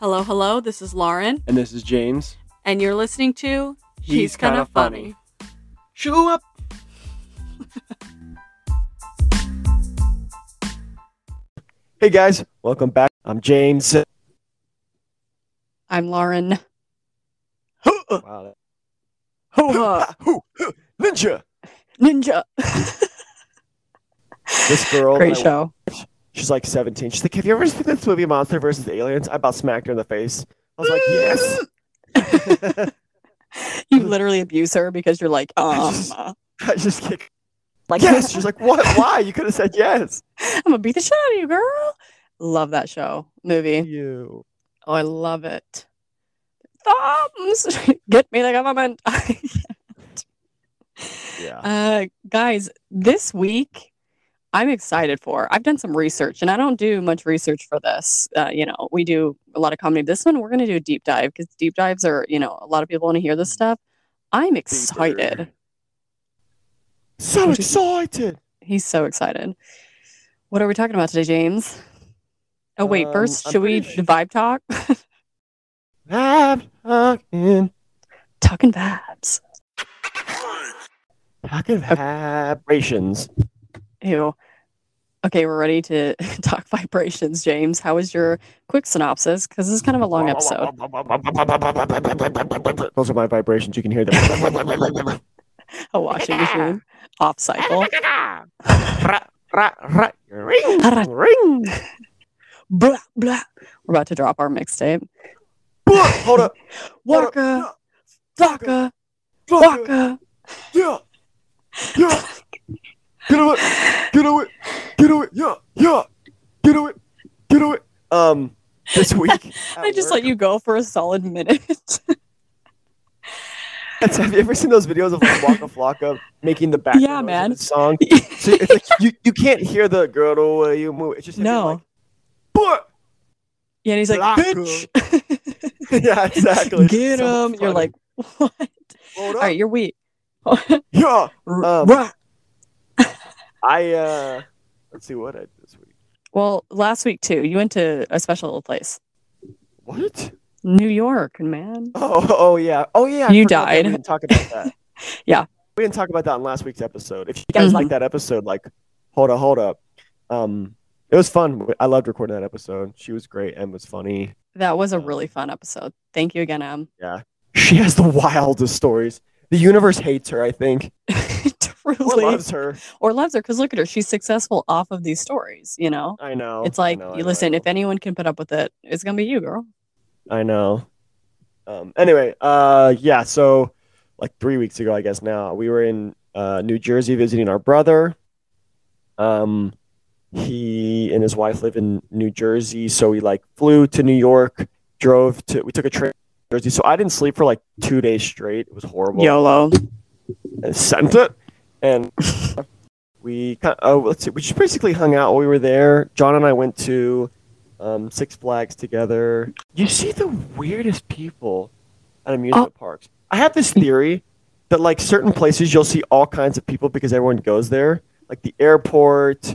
Hello, hello. This is Lauren, And this is James. and you're listening to He's Kinda Funny. Show up! hey guys, welcome back. I'm James. Uh, I'm Lauren. Wow. uh, that- Hoo, hoo, Ninja! Ninja. This girl, Great I- show. she's like 17. She's like, Have you ever seen this movie, Monster vs. Aliens? I about smacked her in the face. I was like, Yes! You literally abuse her because you're like, um, just- uh, I just kicked. like Yes! She's like, What? Why? You could have said yes. I'm gonna beat the shit out of you, girl. Love that show movie. You. Oh, I love it. Thumbs, get me the government. Yeah. Uh, guys, this week I'm excited for. I've done some research, and I don't do much research for this. Uh, you know, we do a lot of comedy. This one, we're going to do a deep dive because deep dives are, you know, a lot of people want to hear this Mm-hmm. stuff. I'm excited. Deeper. So Would you- excited! He's so excited. What are we talking about today, James? Oh wait, Um, first I'm should we pretty sure- vibe talk? I'm talking. Talking vibes. Talking vibrations. Ew. Okay, we're ready to talk vibrations, James. How was your quick synopsis? Because this is kind of a long episode. Those are my vibrations. You can hear them. a washing machine off cycle. Ra, ra, ra. Ring, ring. blah blah. We're about to drop our mixtape. Blah. Hold up. Hold Waka up. waka Fuck. waka. Yeah. Yeah. Get away. Get away. Get away. Yeah. Yeah. Get away. Get away. Um, this week. I at just work- let you go for a solid minute. That's- have you ever seen those videos of like Waka Flocka making the background Yeah, noise of man. the song? So it's like you, you can't hear the girl the way you move. It's just him being No. Like, but yeah, and he's like, Black bitch, yeah, exactly. get So him. You're like, funny. what? Hold All up. right, you're weak. yeah. R- Um, rah. I uh, let's see what I did this week. well, last week too, you went to a special little place, What? New York, man. Oh, oh yeah. Oh yeah. I You forgot that died. We didn't talk about that. Yeah. Mm-hmm. We didn't talk about that in last week's episode. If you guys like that episode, like, hold up, hold up. Um, it was fun. I loved recording that episode. She was great and was funny. That was a Um, really fun episode. Thank you again, Em. She has the wildest stories. The universe hates her, I think, or Truly, loves her. or loves her because look at her, she's successful off of these stories. You know, I know. it's Oh, I like know, I you know, listen I if anyone can put up with it it's gonna be you girl know. I know. Um, anyway, uh, yeah. So, like three weeks ago, I guess now we were in uh, New Jersey visiting our brother. Um, he and his wife live in New Jersey, so we like flew to New York, drove to. We took a train. to Jersey. So I didn't sleep for like two days straight. It was horrible. yolo and sent it. And we kind oh, let's see, we just basically hung out while we were there. John and I went to um, Six Flags together. You see the weirdest people at amusement parks. I have this theory that like certain places you'll see all kinds of people because everyone goes there, like the airport,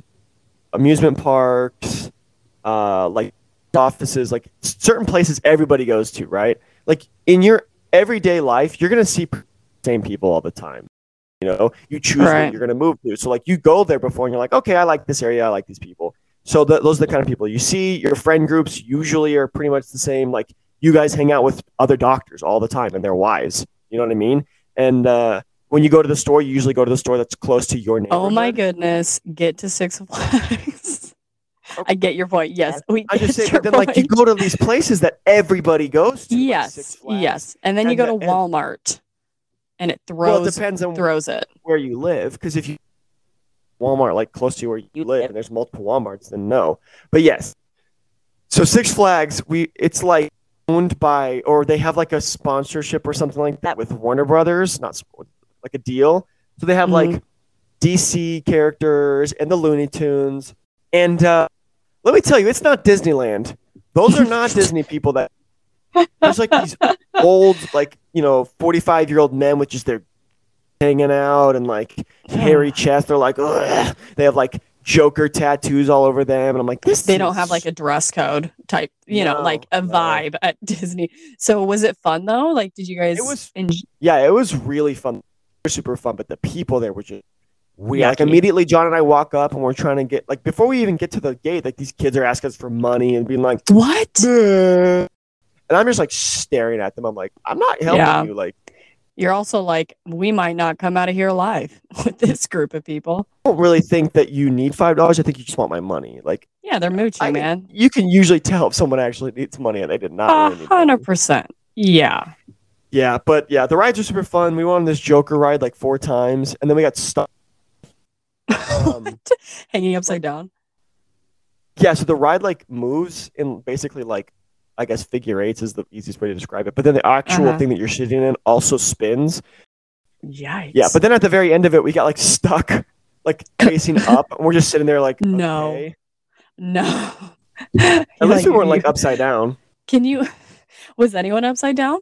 amusement parks, uh, like offices, like certain places everybody goes to, right? Like in your everyday life, you're gonna see p- same people all the time. You know, you choose Right. what you're gonna move to. So like you go there before, and you're like, okay, I like this area, I like these people. So th- those are the kind of people you see. Your friend groups usually are pretty much the same. Like you guys hang out with other doctors all the time and their wives. You know what I mean? And uh, when you go to the store, you usually go to the store that's close to your neighborhood. oh my goodness get to six flags i get your point yes we I get just say, but your then like you point. go to these places that everybody goes to. like yes Six Flags. yes and then you and go the- to and- walmart and it Well, it throws depends on throws it where you live, because if you Walmart like close to where you live, and there's multiple WalMarts, then no. But yes, so Six Flags, we it's like owned by, or they have like a sponsorship or something like that with Warner Brothers, not sp- like a deal. So they have like DC characters and the Looney Tunes, and uh, let me tell you, it's not Disneyland. Those are not Disney people that. There's like these old, like you know, forty-five-year-old men with just their hanging out and like hairy chest. They're like, Ugh. they have like Joker tattoos all over them, and I'm like, this. They don't have like a dress code type, you know, No, like a no. vibe at Disney. So was it fun though? Like, did you guys? It was- en- yeah, it was really fun, It was super fun. But the people there were just weird. Like Yucky. immediately, John and I walk up, and we're trying to get like before we even get to the gate, like these kids are asking us for money and being like, what? "Bleh." and I'm just like staring at them. I'm like, I'm not helping Yeah. you. Like, You're also like, we might not come out of here alive with this group of people. I don't really think that you need five dollars. I think you just want my money. Like, Yeah, they're mooching, I- man. you can usually tell if someone actually needs money, and they did not. A really need money. Uh, hundred percent. Yeah. Yeah, but yeah, the rides were super fun. We went on this Joker ride like four times, and then we got stuck. Um, Hanging upside down. yeah, so the ride like moves in basically like I guess figure eights is the easiest way to describe it. But then the actual Uh-huh. thing that you're sitting in also spins. Yikes. Yeah, but then at the very end of it, we got like stuck, like facing up, and we're just sitting there like No. okay. no. Unless Like, we weren't like you- upside down. Can you? Was anyone upside down?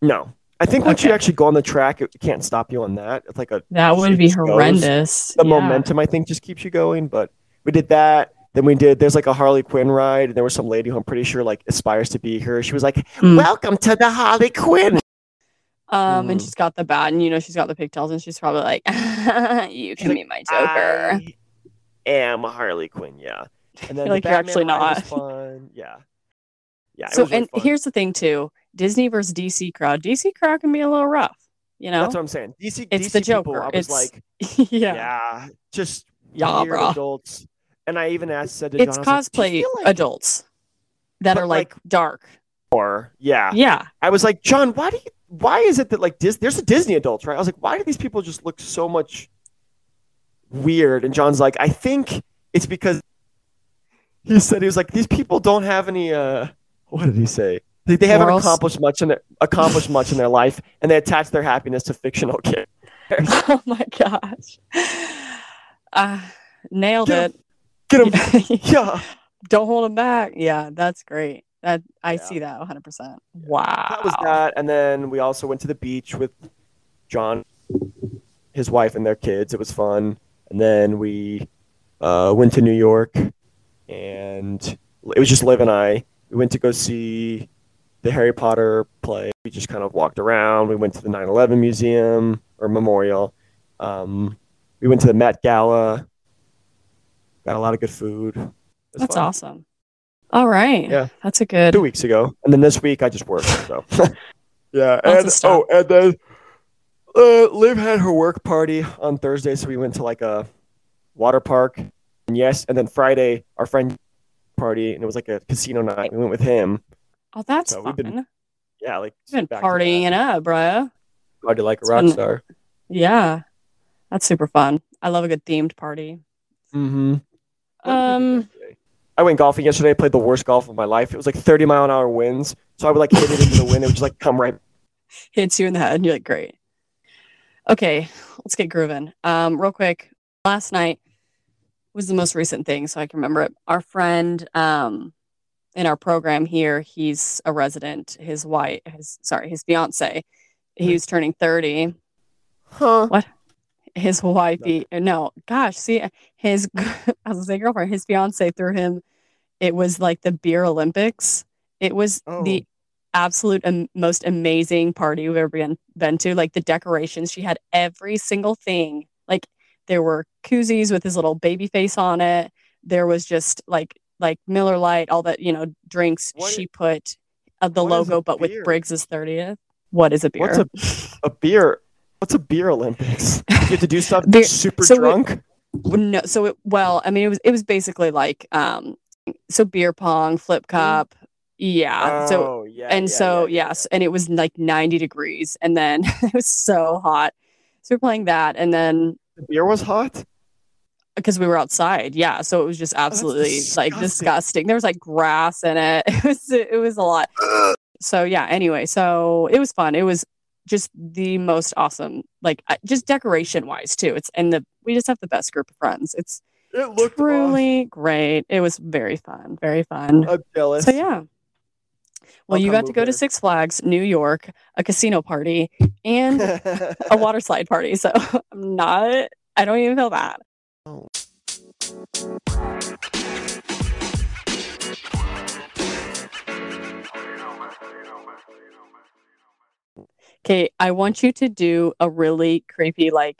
No, I think once you Okay. actually go on the track, it can't stop you on that. It's like a That would Shit be just goes. horrendous. the Yeah. momentum I think just keeps you going. But we did that. Then we did. There's like a Harley Quinn ride, and there was some lady who I'm pretty sure like aspires to be her. She was like, Mm. "Welcome to the Harley Quinn." Um, and Mhm. she's got the bat, and you know she's got the pigtails, and she's probably like, "You can like, be my Joker." I am Harley Quinn, yeah. And You're then the like, "You're Batman actually ride not." was fun. Yeah, yeah. it so, was really and fun. here's the thing too: Disney versus DC crowd. DC crowd can be a little rough, you know. that's what I'm saying. DC, It's DC the people, Joker. I was It's- like, yeah. yeah, just Yeah, weird bruh. adults. And I even asked, said to it's John, I was like, "Do cosplay you feel like adults that But, are like, dark. horror?" Yeah, Yeah, I was like, John, why do you? Why is it that like Dis- there's a Disney adult, right? I was like, why do these people just look so much weird? And John's like, I think it's because he said he was like, these people don't have any. uh What did he say? They, they haven't Morals? accomplished much in their accomplished much in their life, and they attach their happiness to fictional characters. oh my gosh, uh, nailed Get it. 'em. Yeah, Don't hold them back. Yeah, that's great. That I Yeah. see that 100. percent Wow, that was that. And then we also went to the beach with John, his wife, and their kids. It was fun. And then we uh, went to New York, and it was just Liv and I. We went to go see the Harry Potter play. We just kind of walked around. We went to the 9 11 Museum or Memorial. Um, we went to the Met Gala. Got a lot of good food. It was That's fun. awesome. All right. Yeah. That's a good. two weeks ago, and then this week I just worked. So yeah, Lots of and stuff. oh, and then uh, Liv had her work party on Thursday, so we went to like a water park. And yes, and then Friday our friend party, and it was like a casino night. We went with him. Oh, that's So fun. we've been Yeah, like You've been back to partying up, bro. that. party like a It's rock been- star. Yeah. That's super fun. I love a good themed party. Mm-hmm. Um, I went golfing yesterday. Played the worst golf of my life. It was like 30 mile an hour winds, so I would like hit it into the wind. It would just like come right. hits you in the head and you're like, great. Okay, let's get grooving. Um, real quick, last night was the most recent thing, so I can remember it. Our friend um in our program here, he's a resident, his wife his sorry, his fiance. He was turning 30 Huh? his wifey no gosh see his i was gonna say girlfriend his fiance threw him it was like the beer olympics it was Oh. the absolute am- most amazing party we've ever been, been to like the decorations she had every single thing like there were koozies with his little baby face on it there was just like like miller light all that you know drinks What- she put of the what is a logo but beer? with briggs's 30th what is a beer What's a a beer? What's a beer Olympics? You have to do stuff Beer- super so we- drunk. Well, no so it well i mean it was it was basically like um so beer pong flip cup yeah uh, so Mm-hmm. Oh, yeah, and yeah, so yeah, yeah. yes and it was like 90 degrees and then it was so hot so we're playing that and then the beer was hot. because we were outside yeah so it was just absolutely like Oh, disgusting. disgusting there was like grass in it it was it was a lot so yeah anyway so it was fun it was just the most awesome like I- just decoration wise too it's and the we just have the best group of friends it's It looked truly great. It was very fun, very fun. awesome. I'm jealous. So yeah. Well, I'll you come got to move go to there. Six Flags, New York, a casino party, and a water slide party. So I'm not. I don't even feel bad. Okay, I want you to do a really creepy, like,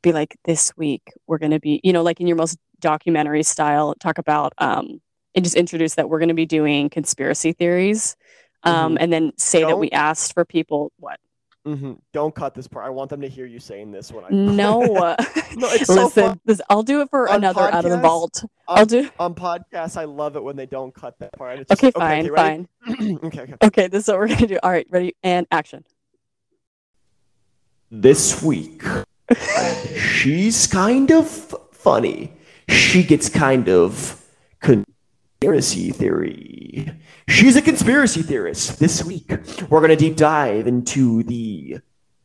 be like, this week we're going to be, you know, like in your most documentary style, talk about, um, and just introduce that we're going to be doing conspiracy theories. Um, and then say that Don't- we asked for people. What? hmm Don't cut this part. I want them to hear you saying this when I No. no, it's so Mm. Listen, fun. this, I'll do it for On another out of the podcasts? vault. I'll do. on podcasts, I love it when they don't cut that part. It's just- Okay, fine, okay, ready? fine. okay, okay. Okay, this is what we're gonna do. All right, ready and action. This week, she's kind of funny. She gets kind of conspiracy theory. She's a conspiracy theorist. This week, we're going to deep dive into the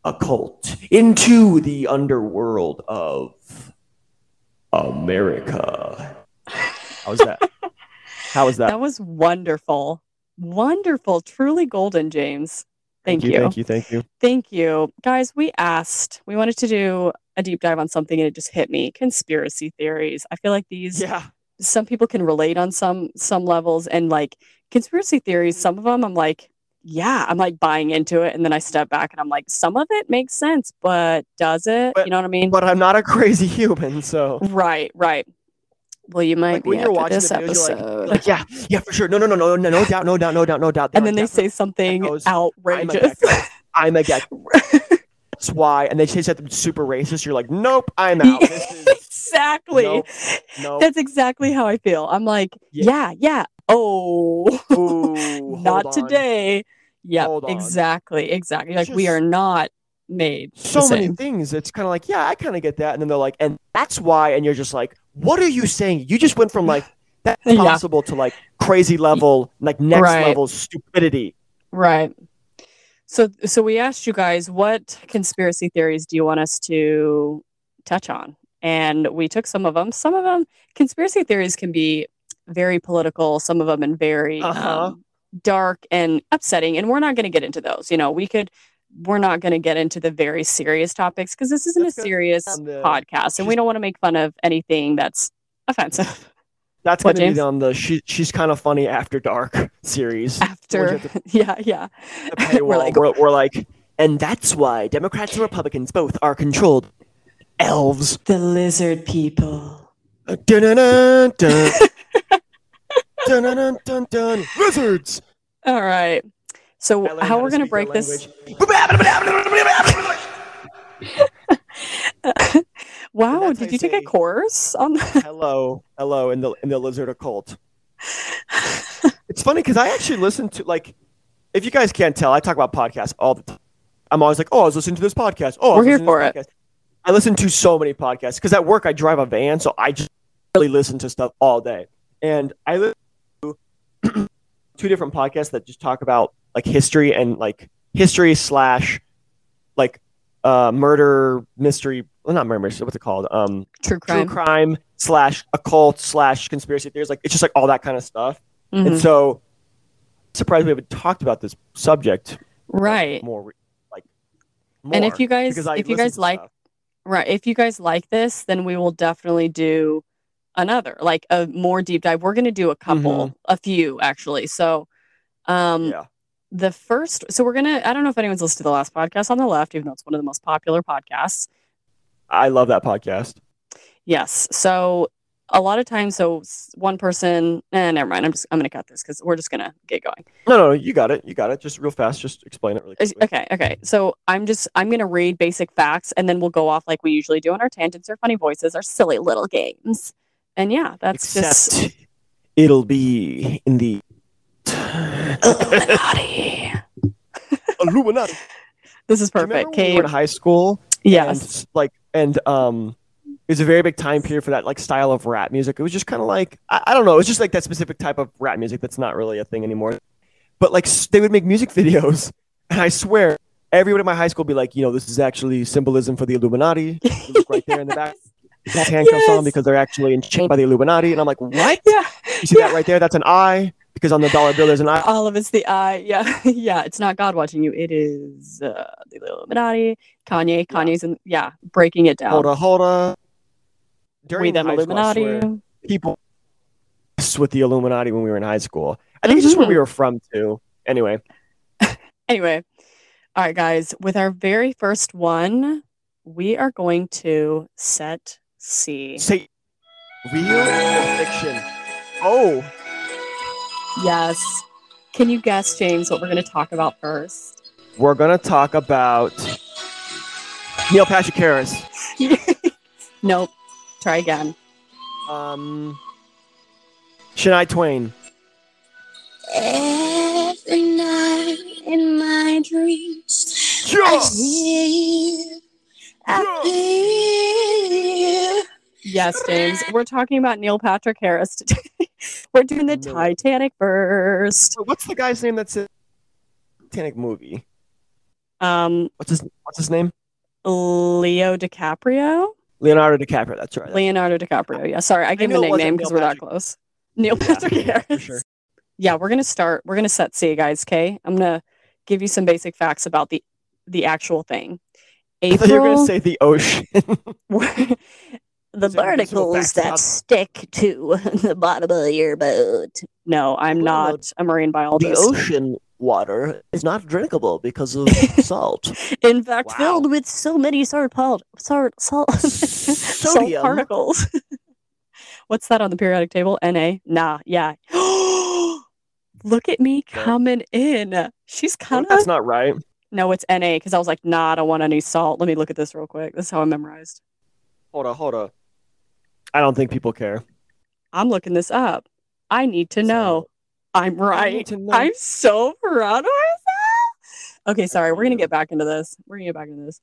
occult, into the underworld of America. How was that? How was That was wonderful, wonderful, truly golden, James. Thank, you. Thank you. Thank you. Thank you. Guys, we asked, we wanted to do a deep dive on something and it just hit me. Conspiracy theories. I feel like these Yeah. some people can relate on some some levels and like conspiracy theories, some of them I'm like, yeah, I'm like buying into it and then I step back and I'm like, some of it makes sense, but does it? But- you know what I mean? But I'm not a crazy human, so. right, right. Well, you might Like, be when you're after watching this the videos, you're episode. like- Like, yeah, yeah, for sure. No, no, no, no, no, no doubt, no doubt, no doubt, no doubt. and There then they are say something echoes. I'm a outrageous. gecko. I'm a gecko. That's why. And they say something super racist. You're like, nope, I'm out. This is, exactly. Nope. nope. That's exactly how I feel. I'm like, yeah, oh. Yeah. yeah. Oh, Ooh, not hold on. today. Yeah, Hold on. exactly. Exactly. Like, we Just- are not made. the So many same. things. It's kind of like, yeah, I kind of get that. And then they're like, and that's why. And you're just like, what are you saying? You just went from like, that's Yeah. possible to like crazy level, like next Right. level stupidity. Right. So, so we asked you guys what conspiracy theories do you want us to touch on, and we took some of them. Some of them conspiracy theories can be very political. Some of them and very Uh-huh. um, dark and upsetting. And we're not going to get into those. You know, we could. We're not going to get into the very serious topics because this isn't Let's a go serious on the- podcast, and we just- don't want to make fun of anything that's offensive. That's What, going to James? be on the she, She's Kind of Funny After Dark series. After, have to- yeah, yeah, the paywall. We're we're, like- like, we're, like, and that's why Democrats and Republicans both are controlled elves. the lizard people. Uh, Dun-dun-dun, dun. Dun-dun-dun, dun, dun. Wizards. All right. So I learned how we're to gonna speak break their this? language. wow, that's how did you you take a say- course on? The... hello, hello, in the in the lizard occult. It's funny because I actually listen to like, if you guys can't tell, I talk about podcasts all the time. I'm always like, oh, I was listening to this podcast. Oh, I was We're here listening to this for podcast. I listen to so many podcasts because at work I drive a van, so I just really listen to stuff all day. And I listen to two different podcasts that just talk about like history and like history slash like uh, murder mystery. Well, not murder mystery. What's it called? Um, True crime. True crime slash occult slash conspiracy theories. Like it's just like all that kind of stuff. Mhm. And so, surprised we haven't talked about this subject like, Right. more, re- like more. And if you guys, because I if you listen guys to like, stuff. right, if you guys like this, then we will definitely do another, like a more deep dive. We're gonna do a couple, a few actually. So, um, Mm-hmm. yeah, the first, so we're gonna. I don't know if anyone's listened to the last podcast on the left, even though it's one of the most popular podcasts. I love that podcast. Yes. So a lot of times, so s- one person, eh, never mind. I'm just, I'm going to cut this because we're just going to get going. No, no, you got it. You got it. Just real fast. Just explain it really Is- quickly. Okay. Okay. So I'm just, I'm going to read basic facts and then we'll go off like we usually do on our tangents or funny voices, our silly little games. And yeah, that's just Except it'll be in the Illuminati. Illuminati. This is Do you remember perfect. when we Okay. were in high school. Yes. and, like and um it was a very big time period for that like style of rap music it was just kind of like I, I don't know it was just like that specific type of rap music that's not really a thing anymore but like s- they would make music videos and i swear everyone at my high school would be like you know this is actually symbolism for the illuminati look right there in the back they have handcuffs Yes. on because they're actually enchained by the illuminati and i'm like what Yeah. you see that right there that's an eye because on the dollar bill there's an eye All of it's the eye. Yeah. yeah. It's not God watching you. It is uh, the Illuminati, Kanye. Kanye's, and yeah, breaking it down. hold on hold on we them high school, I swear, Illuminati. people messed with the Illuminati when we were in high school. I think it's just where Mm-hmm. we were from too. Anyway, Anyway, all right, guys, with our very first one, we are going to set C. say real or fiction. Oh, Yes. Can you guess, James, what we're going to talk about first? we're gonna talk about Neil Patrick Harris. Nope. Try again. Um, Shania Twain. Every night in my dreams, I Oh. hear, I hear. Yes, James. We're talking about Neil Patrick Harris today. we're doing the No. Titanic first. So what's the guy's name that's in Titanic movie? Um, What's his What's his name? Leo DiCaprio? Leonardo DiCaprio. That's right. Leonardo DiCaprio. Yeah, sorry, I gave him a knew it wasn't nickname Neil because we're that Patrick. close. Neil Yeah, Patrick Harris. for sure. Yeah, we're gonna start. We're gonna set C, guys. Okay, I'm gonna give you some basic facts about the the actual thing. I thought you were gonna April, say the ocean. the Is there any physical barnacles facts that about- stick to the bottom of your boat. No, I'm Well, not a marine biologist. ocean water is not drinkable because of salt. In fact, Wow. filled with so many salt, pal- salt, salt, salt Sodium. particles. What's that on the periodic table? Na. Nah. Yeah. Look at me Yeah. coming in. She's kind of That's not right. no. It's Na because I was like, nah, I don't want any salt. Let me look at this real quick. This is how I memorized. Hold on, hold on. I don't think people care. I'm looking this up. I need to know. I'm I need right. to know. I'm so proud of myself. Okay, sorry. We're gonna you. get back into this. We're gonna get back into this.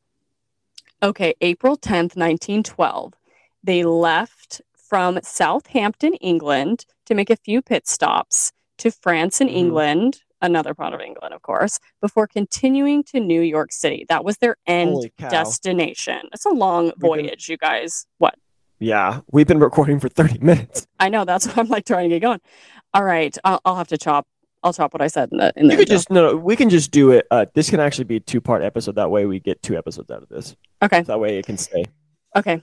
Okay, April 10th, 1912. They left from Southampton, England to make a few pit stops to France and Mhm. England, another part of England, of course, before continuing to New York City. That was their end Holy cow. destination. It's a long been- voyage, you guys. What? Yeah, we've been recording for 30 minutes. I know that's what I'm like trying to get going. All right, I'll, I'll have to chop. I'll chop what I said in the in the. You could intro. just no, no, we can just do it. Uh, this can actually be a two-part episode. That way, we get two episodes out of this. Okay. That way, it can stay. Okay.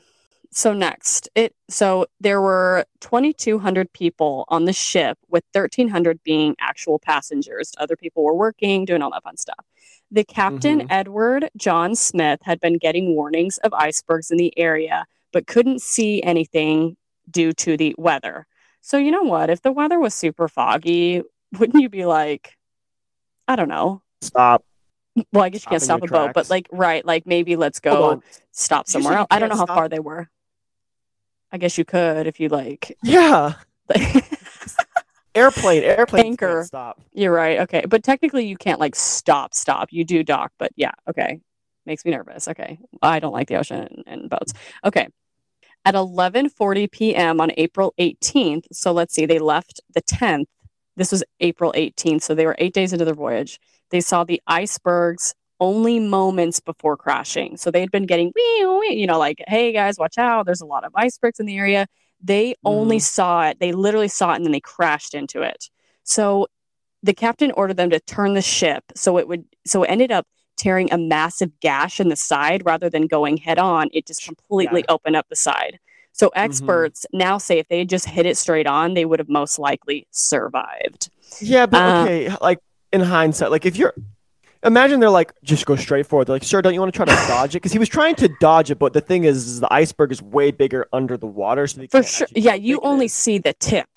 So next, it so there were 2200 people on the ship with 1300 being actual passengers. Other people were working, doing all that fun stuff. The captain Mhm. Edward John Smith had been getting warnings of icebergs in the area but couldn't see anything due to the weather. So you know what, if the weather was super foggy, wouldn't you be like I don't know. Stop. Well, I guess you Stop can't in your stop a boat, but tracks. like right, like maybe let's go Hold on. stop Did you somewhere say you else. I don't know how can't far stop? they were. I guess you could if you like. Yeah. Airplane. Airplane. Anchor. can't Stop. You're right. Okay. But technically, you can't like stop, stop. You do dock, but yeah. Okay. Makes me nervous. Okay. I don't like the ocean and, and boats. Okay. At 11:40 p.m. on April 18th, so let's see, they left the 10th. This was April 18th, so they were eight days into their voyage. They saw the icebergs only moments before crashing. So they had been getting, "Wee, wee," you know, like, hey guys, watch out. There's a lot of icebergs in the area. They only saw it. They literally saw it and then they crashed into it. So the captain ordered them to turn the ship so it would so it ended up tearing a massive gash in the side rather than going head on it just completely opened up the side so Mm-hmm. experts now say if they had just hit it straight on they would have most likely survived Yeah, but Uh, okay, like in hindsight, like if you're imagine they're like just go straight forward. They're like, sir, don't you want to try to dodge it? Because he was trying to dodge it, but the thing is, is the iceberg is way bigger under the water, so they for can't sure actually yeah tell how you big it only is. see the tip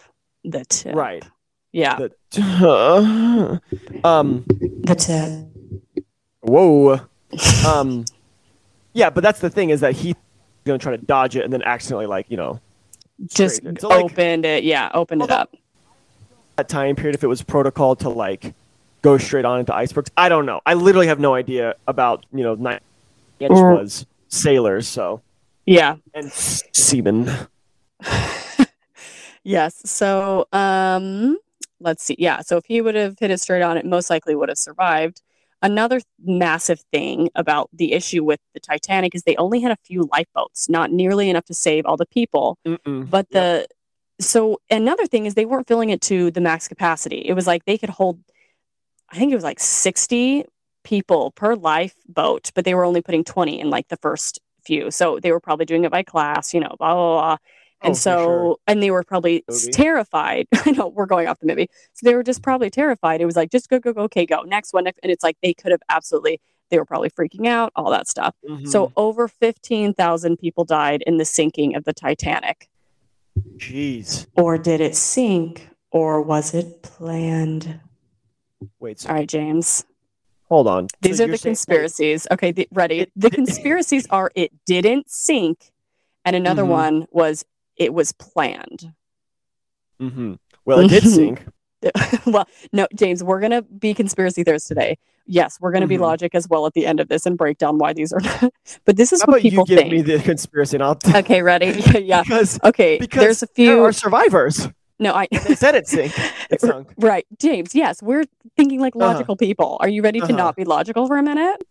the tip right. yeah The- um, the tip whoa, um, yeah, but that's the thing is that he's gonna try to dodge it and then accidentally like you know just straight it. So, like- opened it yeah opened it Well, up that time period if it was protocol to like go straight on into icebergs. I don't know. I literally have no idea about you know nine inch Mm. was sailors so yeah and s- seamen. Yes. So, um, let's see. Yeah. So if he would have hit it straight on, it most likely would have survived. Another massive thing about the issue with the Titanic is they only had a few lifeboats, not nearly enough to save all the people. Mm-mm. But the so another thing is they weren't filling it to the max capacity. It was like they could hold, I think it was like 60 people per lifeboat, but they were only putting 20 in like the first few. So they were probably doing it by class, you know, blah, blah, blah. Oh, And for so, sure. and they were probably Movie. terrified. I know we're going off the movie. So they were just probably terrified. It was like, just go, go, go, okay, go. Next one. Next. And it's like, they could have absolutely, they were probably freaking out, all that stuff. So Mm-hmm. over 15,000 people died in the sinking of the Titanic. Mhm. jeez, Or did it sink or was it planned? wait, so, All right, James. hold on. So These are you're the saying- conspiracies. Okay, the, ready. It The didn't- conspiracies are it didn't sink, and another Mhm. one was it was planned. Mhm. Well, it did Mhm. sink. well, no, James, we're gonna be conspiracy theorists today. Yes, we're gonna be Mhm. logic as well at the end of this and break down why these are. Not. But this is How what about you people give think. me the conspiracy and I'll okay, ready? yeah. because Okay. Because there's a there few. are survivors. No, I. They said it sank. It sunk. Right, James. Yes, we're thinking like Uh-huh. logical people. Are you ready to Uh-huh. not be logical for a minute?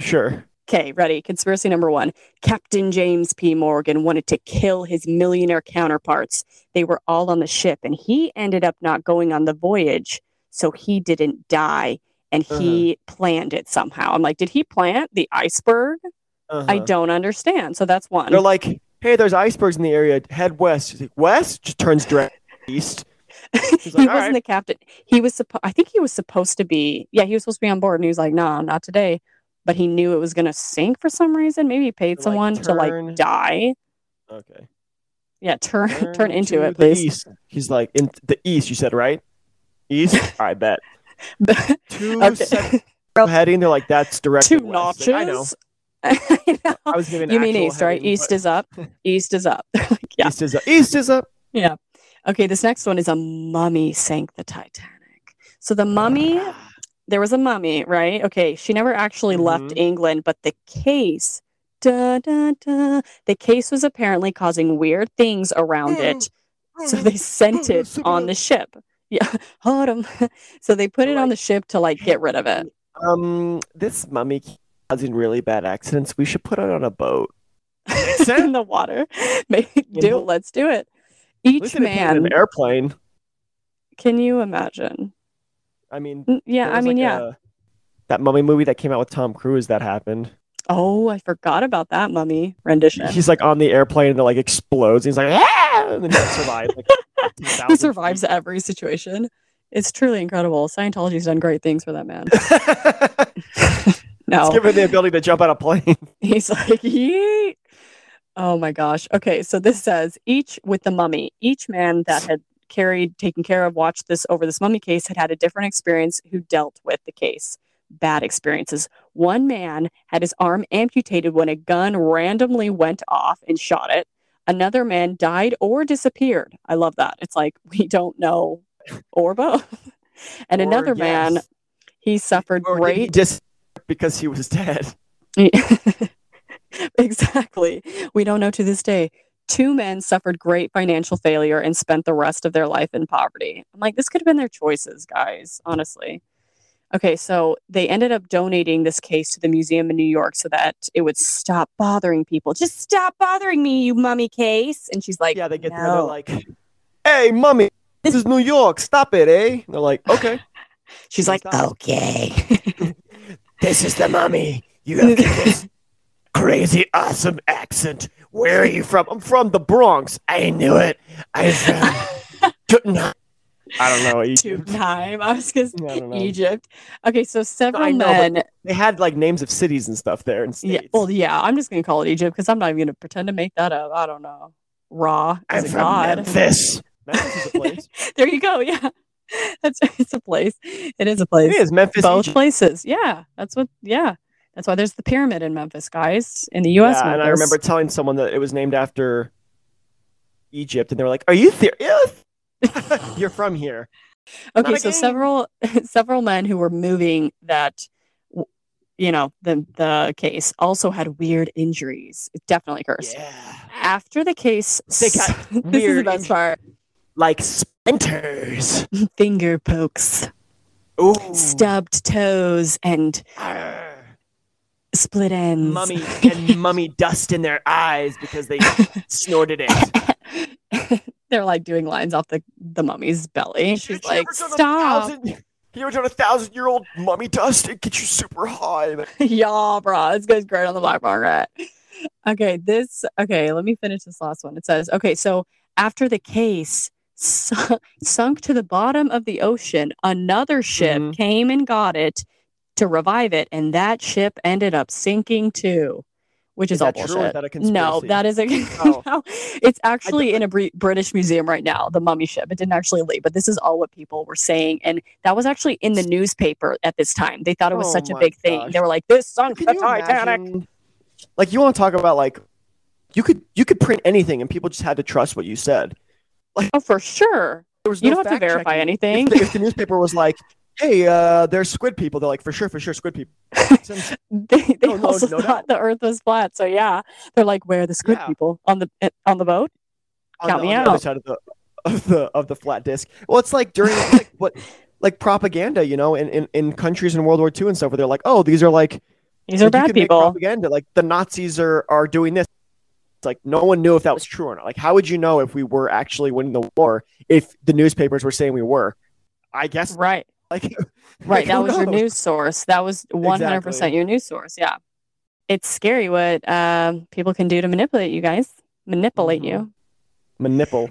Sure. Okay, ready. Conspiracy number one. Captain James P. Morgan wanted to kill his millionaire counterparts. They were all on the ship, and he ended up not going on the voyage, so he didn't die. And he Uh-huh. planned it somehow. I'm like, did he plant the iceberg? I Uh-huh. don't understand. So that's one. They're like, hey, there's icebergs in the area. Head west. She's like, west? Just turns direct east. he He's like, wasn't "All right." the captain. He was supposed. I think he was supposed to be. Yeah, he was supposed to be on board, and he was like, "Nah, not today." But he knew it was gonna sink for some reason. Maybe he paid To, like, someone to turn- like die. Okay. Yeah, turn turn, into to it, the please. East. He's like, in the east, you said, right? East? I bet. Two Okay. sep- heading. They're like, that's direct. Two west. notches. Like, I know. I know. I was given You mean actual east, right? heading, East but- is up. East is up. Like, yeah. East is up. East is up. Yeah. Okay, this next one is a mummy sank the Titanic. So the mummy, there was a mummy, right? Okay, she never actually left Mhm. England, but the case, da, da, da, the case was apparently causing weird things around it. So they sent it on the ship. Yeah, hold 'em. So they put So, it on like- the ship to like get rid of it. Um, this mummy keeps causing really bad accidents. We should put it on a boat. Makes sense. in the water. Make, You do know? let's do it. Each Listen to him in man, an airplane. can you imagine? I mean, N- Yeah, there I was, mean, like, yeah. a- that mummy movie that came out with Tom Cruise that happened. Oh, I forgot about that mummy rendition. He's like on the airplane and it like explodes. He's like, ah! and then he survives. Like, 10,000 He feet. survives every situation. It's truly incredible. Scientology's done great things for that man. It's No, given the ability to jump out of plane. he's like, yeet. Oh my gosh. Okay, so this says each with the mummy, each man that had carried, taken care of, watched this over this mummy case had had a different experience who dealt with the case. Bad experiences. One man had his arm amputated when a gun randomly went off and shot it. Another man died or disappeared. I love that. It's like we don't know or both. And Or another man, yes. he suffered Or did he great just because he was dead. exactly. We don't know to this day. Two men suffered great financial failure and spent the rest of their life in poverty. I'm like, this could have been their choices, guys, honestly. Okay, so they ended up donating this case to the museum in New York so that it would stop bothering people. Just stop bothering me, you mummy case. And she's like, yeah, they get no. there. They're like, hey, mummy, this is New York. Stop it, eh? And they're like, okay. she's like, Stop. okay. This is the mummy. You have this crazy, awesome accent. Where are you from? I'm from the Bronx. I knew it. I'm Tottenham. I don't know. Two Egypt. "Oh, time. I was going Yeah, I don't know. Egypt. Okay, so several know, but men They had like names of cities and stuff there and Yeah, states. well, yeah, I'm just gonna call it Egypt because I'm not even gonna pretend to make that up. I don't know. Raw I'm is a from god. Memphis. Memphis is a place. There you go. Yeah, that's it's a place. It is a place. It is Memphis. Both Egypt. places. Yeah, that's what. Yeah, that's why there's the pyramid in Memphis, guys. In the U.S. Yeah, and I Memphis. remember telling someone that it was named after Egypt, and they were like, "Are you serious? You're from here." Okay, Not so again. several several men who were moving that w- you know the the case also had weird injuries. It's definitely cursed. Yeah. After the case, They got s- this is the weird best inj- part. Like splinters. Finger pokes. Ooh. stubbed toes and Arr. split ends. mummy and mummy dust in their eyes because they snorted it. They're like doing lines off the, the mummy's belly. You She's ever like, done a stop. thousand- You ever done a thousand year old mummy dust? It gets you super high. Y'all, bro. This goes great on the black market. Okay, this okay, let me finish this last one. It says, okay, so after the case sunk, sunk to the bottom of the ocean, another ship Mhm. came and got it to revive it, and that ship ended up sinking too. Which is, Is all that bullshit. true or is that a No, conspiracy? that is a. Oh. no, it's actually in a Bri- British museum right now. The mummy ship. It didn't actually leave, but this is all what people were saying, and that was actually in the newspaper at this time. They thought it was Oh such a my big thing. They gosh. were like, "This sunk Can the you Titanic." imagine- Like you want to talk about like you could you could print anything and people just had to trust what you said. Oh, for sure. There was You no don't have to fact verify checking. anything. If the, if the newspaper was like, "Hey, uh, there's squid people," they're like, "For sure, for sure, squid people." Since- They, they Oh, No, no, also no thought the Earth was flat. So yeah, they're like, "Where are the squid Yeah. people on the eh, on the boat?" on Count the, me on out. the other side of the of the of the flat disc. Well, it's like during it's like what like propaganda, you know, in, in in countries in World War II and stuff, where they're like, "Oh, these are like These are like, you bad can make people. propaganda. Like the Nazis are are doing this. It's like no one knew if that was true or not. Like how would you know if we were actually winning the war if the newspapers were saying we were? I guess Right, like right. That I don't was your know. news source. That was one hundred percent Exactly. your news source. Yeah, it's scary what um, people can do to manipulate you guys. Manipulate Mhm. you. my nipple.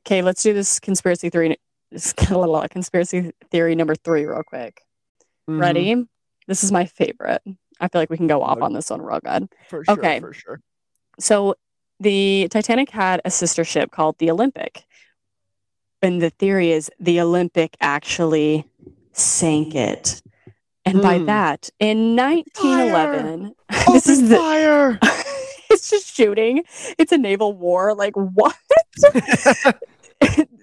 Okay, let's do this conspiracy three. This conspiracy theory number three, real quick. Mhm. Ready? This is my favorite. I feel like we can go off Okay. on this one real good. For sure, Okay. for sure. So the Titanic had a sister ship called the Olympic. And the theory is the Olympic actually sank it. And by Hmm. that, in 1911, this Open is the, fire. it's just shooting. It's a naval war. Like what?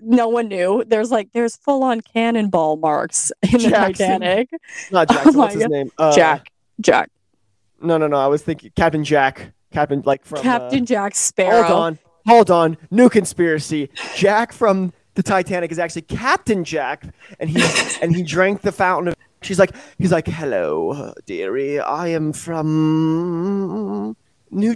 no one knew. There's like there's full on cannonball marks in the Jackson. Titanic. Not Oh Jackson. my what's his God. name? Uh, Jack, Jack, No, no, no. I was thinking Captain Jack. Captain like from uh, Captain Jack Sparrow. Hold on. Hold on. New conspiracy. Jack from the Titanic is actually Captain Jack, and he and he drank the fountain of. She's like, he's like, hello, dearie. I am from New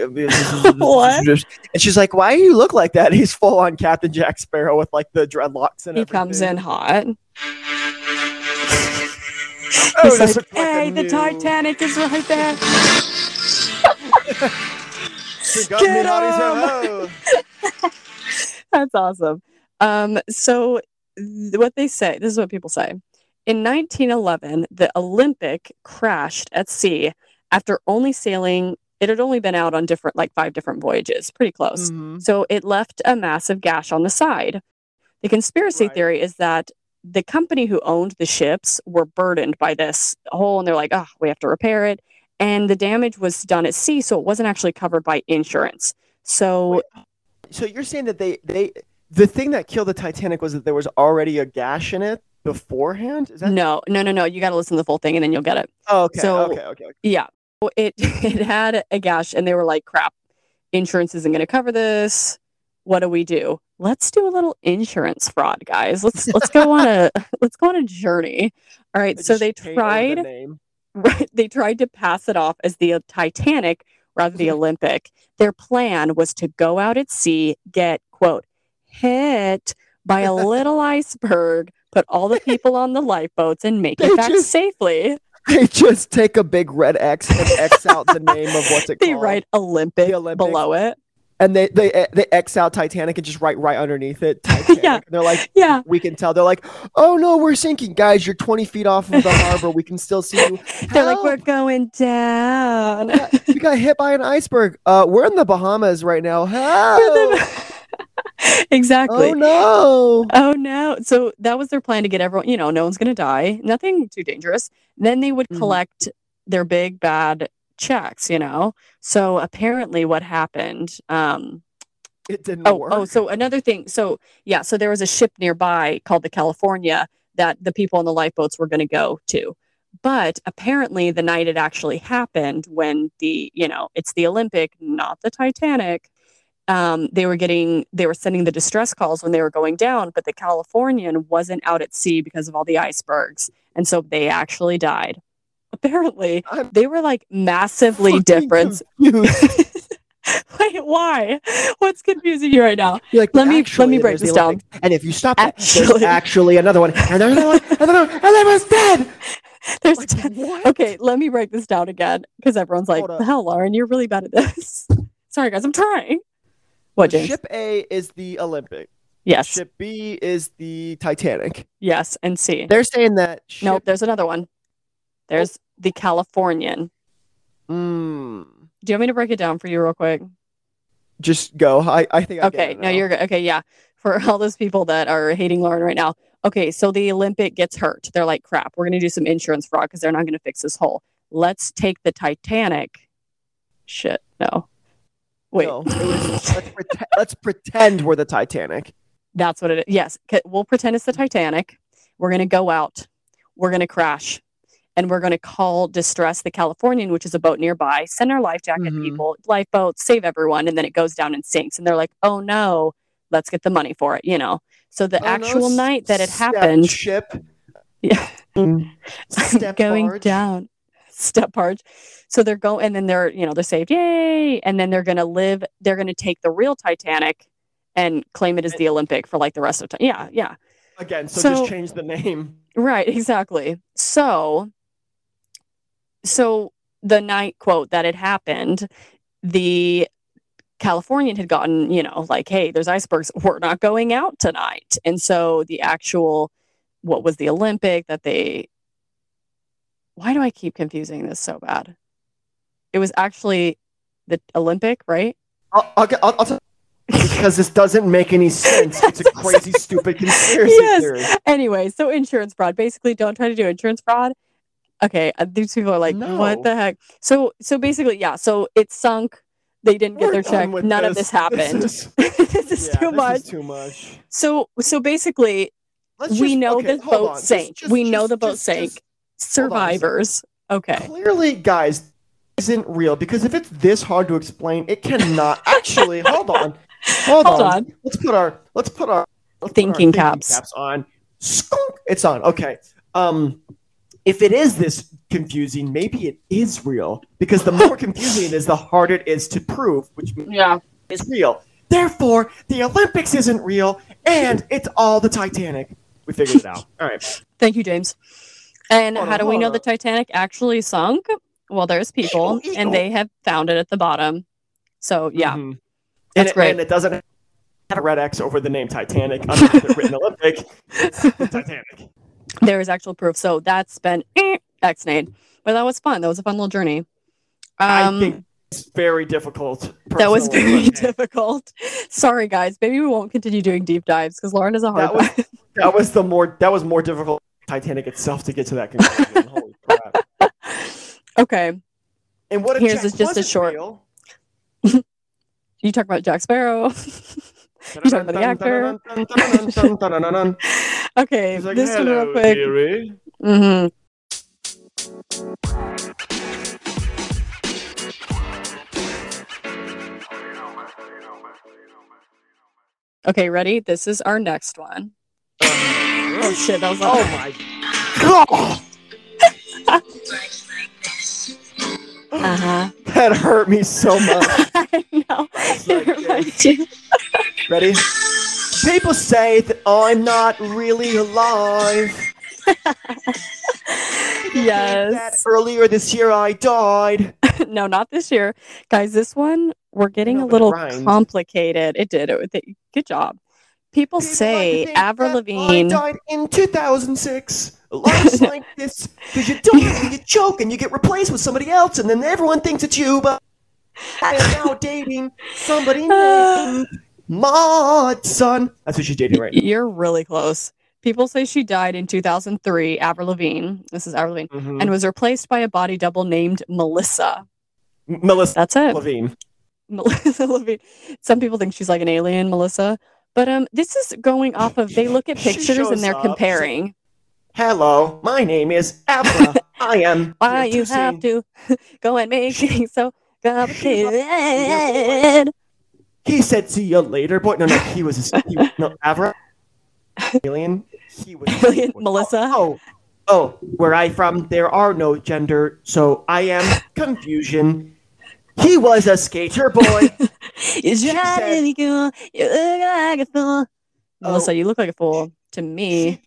What? And she's like, why do you look like that? He's full on Captain Jack Sparrow with like the dreadlocks and He comes in everything. hot. Oh, He's this like, looks like a hey, the new- Titanic is right there. The government Get audience, him! oh. That's awesome. Um, so th- what they say, this is what people say. In 1911, the Olympic crashed at sea after only sailing. It had only been out on different, like five different voyages, pretty close. Mhm. So it left a massive gash on the side. The conspiracy Right. theory is that the company who owned the ships were burdened by this hole and they're like, oh, we have to repair it. And the damage was done at sea, so it wasn't actually covered by insurance. So Wait, so you're saying that they they the thing that killed the Titanic was that there was already a gash in it beforehand? Is that no, no, no, no. You got to listen to the full thing and then you'll get it. Oh, okay, so- okay, okay. Yeah. Well, It it had a gash and they were like, crap, insurance isn't going to cover this. What do we do? Let's do a little insurance fraud, guys. Let's let's go on a let's go on a journey. All right. so just they changed the tried name. right, they tried to pass it off as the Titanic rather than the Mm-hmm. Olympic. Their plan was to go out at sea, get quote hit by a little iceberg, put all the people on the lifeboats, and make They it back just- safely. They just take a big red X and X out the name of what's it They called. write Olympic, The Olympic. below it. and they, they they X out Titanic and just write right underneath it. Titanic. Yeah. And they're like, Yeah, we can tell. They're like, oh no, we're sinking, guys. You're 20 feet off of the harbor. We can still see you. they're like Help! we're going down. we got hit by an iceberg. Uh, we're in the Bahamas right now. Help! exactly. Oh no! Oh no. So that was their plan to get everyone, you know, no one's going to die, nothing too dangerous. Then they would Mhm. collect their big bad checks, you know. So apparently what happened um It didn't oh, work. oh so another thing. So yeah, so there was a ship nearby called the California that the people on the lifeboats were going to go to. But apparently the night it actually happened when the, you know, it's the Olympic, not the Titanic um, they were getting they were sending the distress calls when they were going down but the californian wasn't out at sea because of all the icebergs and so they actually died apparently I'm they were like massively fucking different confused. Wait, why? What's confusing you right now? You're like, Let me- actually, let me break there's this the down. Olympics. And if you stop, it, there's Actually. actually another one, and there's another one, and another one, and everyone's dead. There's Like, ten- what? okay. Let me break this down again because everyone's like, Hold up. "The hell, Lauren, you're really bad at this." Sorry, guys, I'm trying. What, So James? Ship A is the Olympic. yes, Ship B is the Titanic. yes, and C. They're saying that. Ship, Oh. nope. There's another one. There's the Californian. Mm, Do you want me to break it down for you real quick? just go. I, I think. I get okay it no now. you're good okay yeah for all those people that are hating lauren right now okay so the olympic gets hurt they're like crap we're gonna do some insurance fraud because they're not gonna fix this hole let's take the titanic shit no wait No, it was, let's, prete- let's pretend we're the Titanic. that's what it is yes 'Kay, we'll pretend it's the titanic we're gonna go out we're gonna crash and we're gonna call distress the californian which is a boat nearby send our life jacket Mhm. people lifeboats save everyone and then it goes down and sinks and they're like oh no let's get the money for it you know so the Oh, no, actual s- night that it step happened Ship. Mm. Yeah. Step going barge. down step barge so they're going and then they're you know they're saved yay and then they're gonna live they're gonna take the real titanic and claim it as the olympic for like the rest of time yeah yeah Again, so, So- just change the name. Right, exactly. So so the night quote that had happened, the Californian had gotten, you know, like, hey, there's icebergs, we're not going out tonight. And so the actual what was the Olympic that they why do I keep confusing this so bad? It was actually the Olympic, right? I'll, I'll, get- I'll, I'll tell because this doesn't make any sense. It's a crazy, stupid conspiracy Yes. theory. anyway, so insurance fraud. Basically, don't try to do insurance fraud. Okay, uh, these people are like, what No. the heck? So, so basically, yeah. So it sunk. They didn't get We're their done check. with None of this happened. This is- is, yeah, too this much. is too much. So, so basically, Let's We just- know okay, the hold boat on. Just- sank. just- We know just- the boat just- sank. just- hold on a second. survivors. Okay, Clearly, guys, this isn't real because if it's this hard to explain, it cannot. Actually, hold on, hold, Hold on. on. Let's put our let's put our let's put our Thinking caps. on. Skunk, It's on. Okay. Um, if it is this confusing, maybe it is real because the more confusing it is, the harder it is to prove, which means yeah, it's real. Therefore, the Olympics isn't real, and it's all the Titanic. We figured it out. All right. thank you, James. And Hold how on, do we hold know on. the Titanic actually sunk? Well, there's people, Eagle, eagle. and they have found it at the bottom. So, yeah, Mhm. And That's it- great. And it doesn't have a red X over the name Titanic under the written Olympic. It's the Titanic. there is actual proof. So that's been eh, Xnade. But that was fun. That was a fun little journey. I Um, think it's very difficult. that was personally, very but, hey, difficult. Sorry, guys. Maybe we won't continue doing deep dives because Lauren is a hard That was- one. That was the more. That was more difficult. than Titanic itself to get to that conclusion. Holy crap! okay. And what if Here's Jack is just a wasn't short- real? You talk about Jack Sparrow. talking about the actor? okay. He's like, this one real "Hello, quick. dearie." hmm Okay, ready? This is our next one. Oh shit, that was Oh loud. my god! Uh-huh. That hurt me so much. I know. It like, reminds you. Ready? People say that I'm not really alive. That Yes. earlier this year I died. no, not this year. Guys, this one, we're getting know, a but it little rhymed. complicated. It did. It, it, good job. People, People say like to think Avril that Lavigne. I died in 2006. Life's like this because you die and you choke and you get replaced with somebody else and then everyone thinks it's you, but I am now dating somebody named Maud, son. That's what she's dating right now. You're really close. People say she died in 2003, Avril Lavigne. This is Avril Lavigne. Mm. And was replaced by a body double named Melissa. M- Melissa That's it. Levine. Melissa Levine. Some people think she's like an alien, Melissa. But um, this is going off of they look at She pictures shows and they're up, she's like, comparing. Hello, my name is Avril. I am. Why you have to go and make things so complicated? He said, "See you later, boy." No, no, he was a, he, was- no Avra alien. He was a- Alien Melissa? Oh, oh, where I from? There are no gender, so I am confusion. He was a skater boy. You She tried said- to be cool. You look like a fool. Oh. Melissa, you look like a fool to me.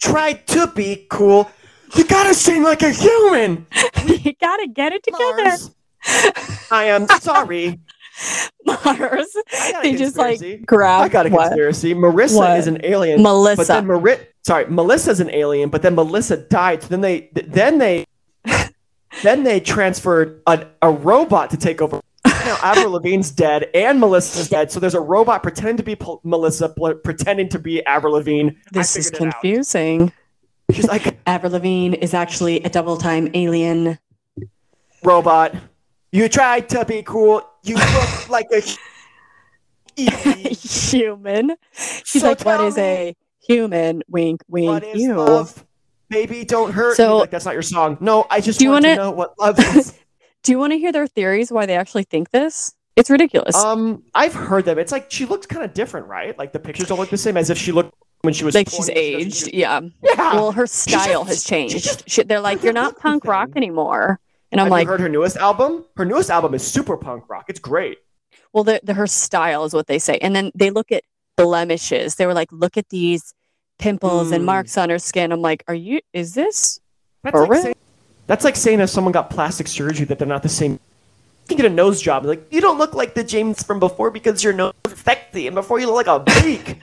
Tried to be cool. You gotta sing like a human. you gotta get it together, Mars. I am sorry. Mars. I got a They just like conspiracy. grab I got a what? conspiracy. Marissa What? is an alien, but Melissa. then Mari- sorry, Melissa's an alien, but then Melissa died. So then they th- then they then they transferred a, a robot to take over. Now Avril Levine's dead and Melissa's dead, so there's a robot pretending to be Pol- Melissa, pl- pretending to be Avril Lavigne. I this is figured it out. confusing. She's like Avril Lavigne is actually a double time alien. robot. You tried to be cool. You look like a. Easy. human. She's So like, what tell is me, a human? Wink, wink. What is Ew. love? Maybe don't hurt. So- me. like that's not your song. No, I just Do you want to wanna- know what love is. Do you want to hear their theories why they actually think this? It's ridiculous. um, I've heard them. It's like she looks kind of different, right? Like the pictures don't look the same as if she looked when she was like 20, she's she doesn't use- aged. Yeah. Yeah. Well, her style Ah, just- has she's changed. just- She, they're like, doesn't you're not look the punk rock same." anymore. And I'm Have like, you heard her newest album? Her newest album is super punk rock. It's great. well, the, the, her style is what they say. And then they look at blemishes. They were like, look at these pimples and Mm. marks on her skin. I'm like, are you, is this? That's For like, real? saying, that's like saying if someone got plastic surgery that they're not the same. You can get a nose job. Like you don't look like the James from before because your nose is sexy, and before you look like a beak.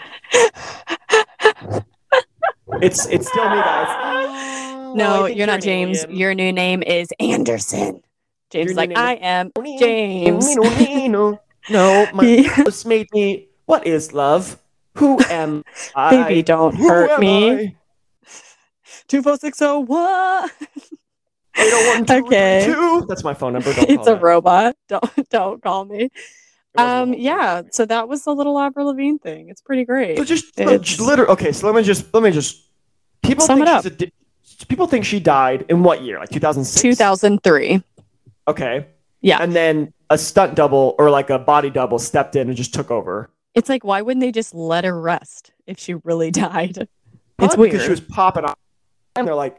it's it's still me, guys. Oh, I No, think you're not an James. alien. Your new name is Anderson. James Your is new like, name is I am Alien. James. No, no, no, no. my nose made me. What is love? Who am I? Baby, don't Who hurt am me. I? oh, 24601. 801 Okay. 232. That's my phone number. Don't It's call a that. robot. Don't don't call me. It wasn't a Um robot. yeah, so that was the little Avril Lavigne thing. It's pretty So great. just It's- literally. Okay, so let me just let me just. People Sum think it she's a di- people think she died in what year? Like 2006. 2003. Okay. Yeah. And then a stunt double or like a body double stepped in and just took over. It's like why wouldn't they just let her rest if she really died? It's Probably weird. because she was popping off, and they're like,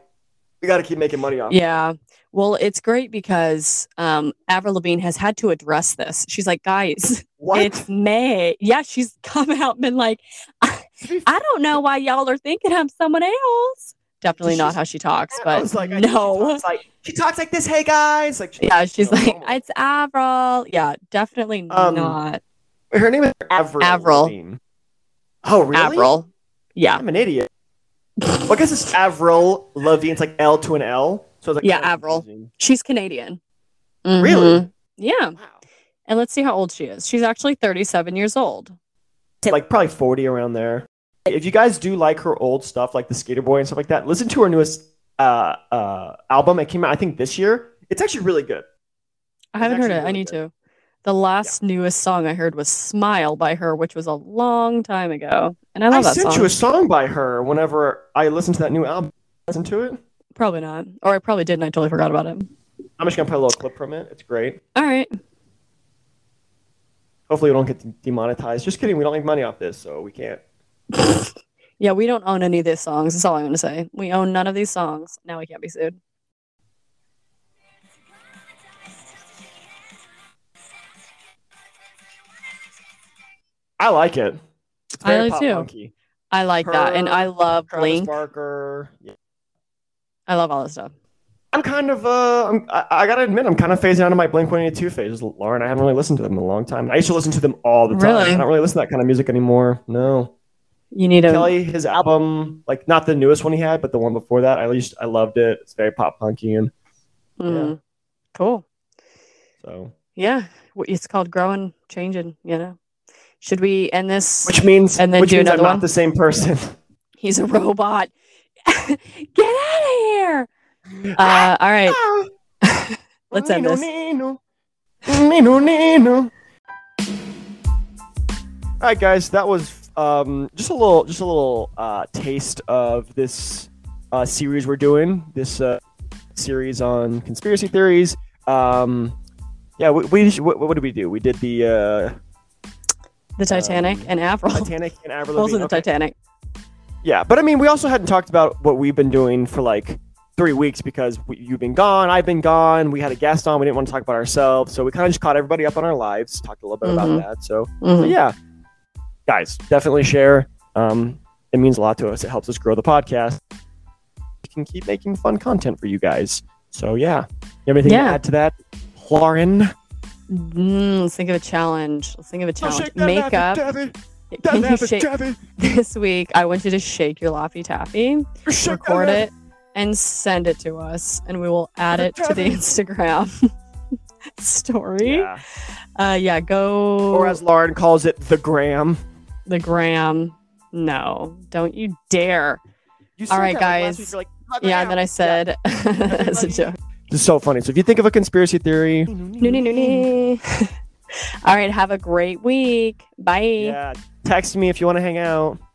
"We got to keep making money off." Yeah. Well, it's great because um Avril Lavigne has had to address this. She's like, "Guys, What? it's May." Yeah, she's come out and been like, To be "I don't know why y'all are thinking I'm someone else." Definitely not She's- how she talks, fair, I but was like, I- no. She talks, like, she talks like this. Hey guys, like Yeah, she's No, like, normal. it's Avril. Yeah, definitely Um, not her name is Avril. Avril. Lavigne. Oh really? Avril. Yeah. I'm an idiot. well, I guess it's Avril Lavigne. It's like L to an L. So it's like Yeah, kinda Avril. confusing. She's Canadian. Really? Mhm. Yeah. Wow. And let's see how old she is. She's actually 37 years old. Like probably forty around there. If you guys do like her old stuff, like the Skater Boy and stuff like that, listen to her newest uh, uh, album. It came out I think this year. It's actually really good. I It's haven't heard actually it. I really need good. to. The last newest song I heard was Smile by her, which was a long time ago. And I love that sent song. you a song by her whenever I listened to that new album. Listen to it. Probably not. Or I probably did and I totally forgot about it. I'm just gonna play a little clip from it. It's great. All right. Hopefully we don't get de- demonetized. Just kidding. We don't make money off this, so we can't. Yeah, we don't own any of these songs. That's all I'm going to say. We own none of these songs. Now we can't be sued. I like it. It's I very like pop too. punky. I like that. And Her, I love Travis Blink. Barker. Yeah. I love all this stuff. I'm kind of uh, I'm, I, I gotta admit, I'm kind of phasing out of my Blink 182 phase, Lauren. I haven't really listened to them in a long time. I used to listen to them all the time. Really? I don't really listen to that kind of music anymore. No, You need a Kelly, his album, like not the newest one he had, but the one before that, I least I loved it. It's very pop punky, and Mm. Cool. so Yeah. W- It's called growing, changing, you know. Should we end this? which means And then which do means I'm another not one? the same person. He's a robot. Get out of here. Uh, all right. Ah! Let's end this. Nino, Nino, Nino. All right, guys, that was um, just a little, just a little uh, taste of this uh, series we're doing. This uh, series on conspiracy theories. Um, yeah, we, we just- what, what did we do? We did the uh, The Titanic Um, and Avril. Titanic and Avril Both Lavigne. of the Okay. Titanic. Yeah, but I mean, we also hadn't talked about what we've been doing for like three weeks because we, you've been gone, I've been gone. We had a guest on, we didn't want to talk about ourselves, so we kind of just caught everybody up on our lives, talked a little bit Mhm. about that. So, Mhm. but yeah, guys, definitely share. Um, it means a lot to us. It helps us grow the podcast. We can keep making fun content for you guys. So yeah, you have anything to Yeah. add to that, Lauren? Mm, let's think of a challenge. Let's think of a challenge. Make up. Can you shake Makeup. this week? I want you to shake your Laffy Taffy, record it, and send it to us, and we will add it to the Instagram story. Yeah. Uh, yeah, go Or as Lauren calls it, the gram. the gram. No, don't you dare. You All said right, that, like, guys. last week, you're like, "Hug Yeah, right and now." then I said, as a Everybody- joke. This is so funny. So if you think of a conspiracy theory, Noonie, noonie. All right, have a great week. Bye. yeah, text me if you want to hang out.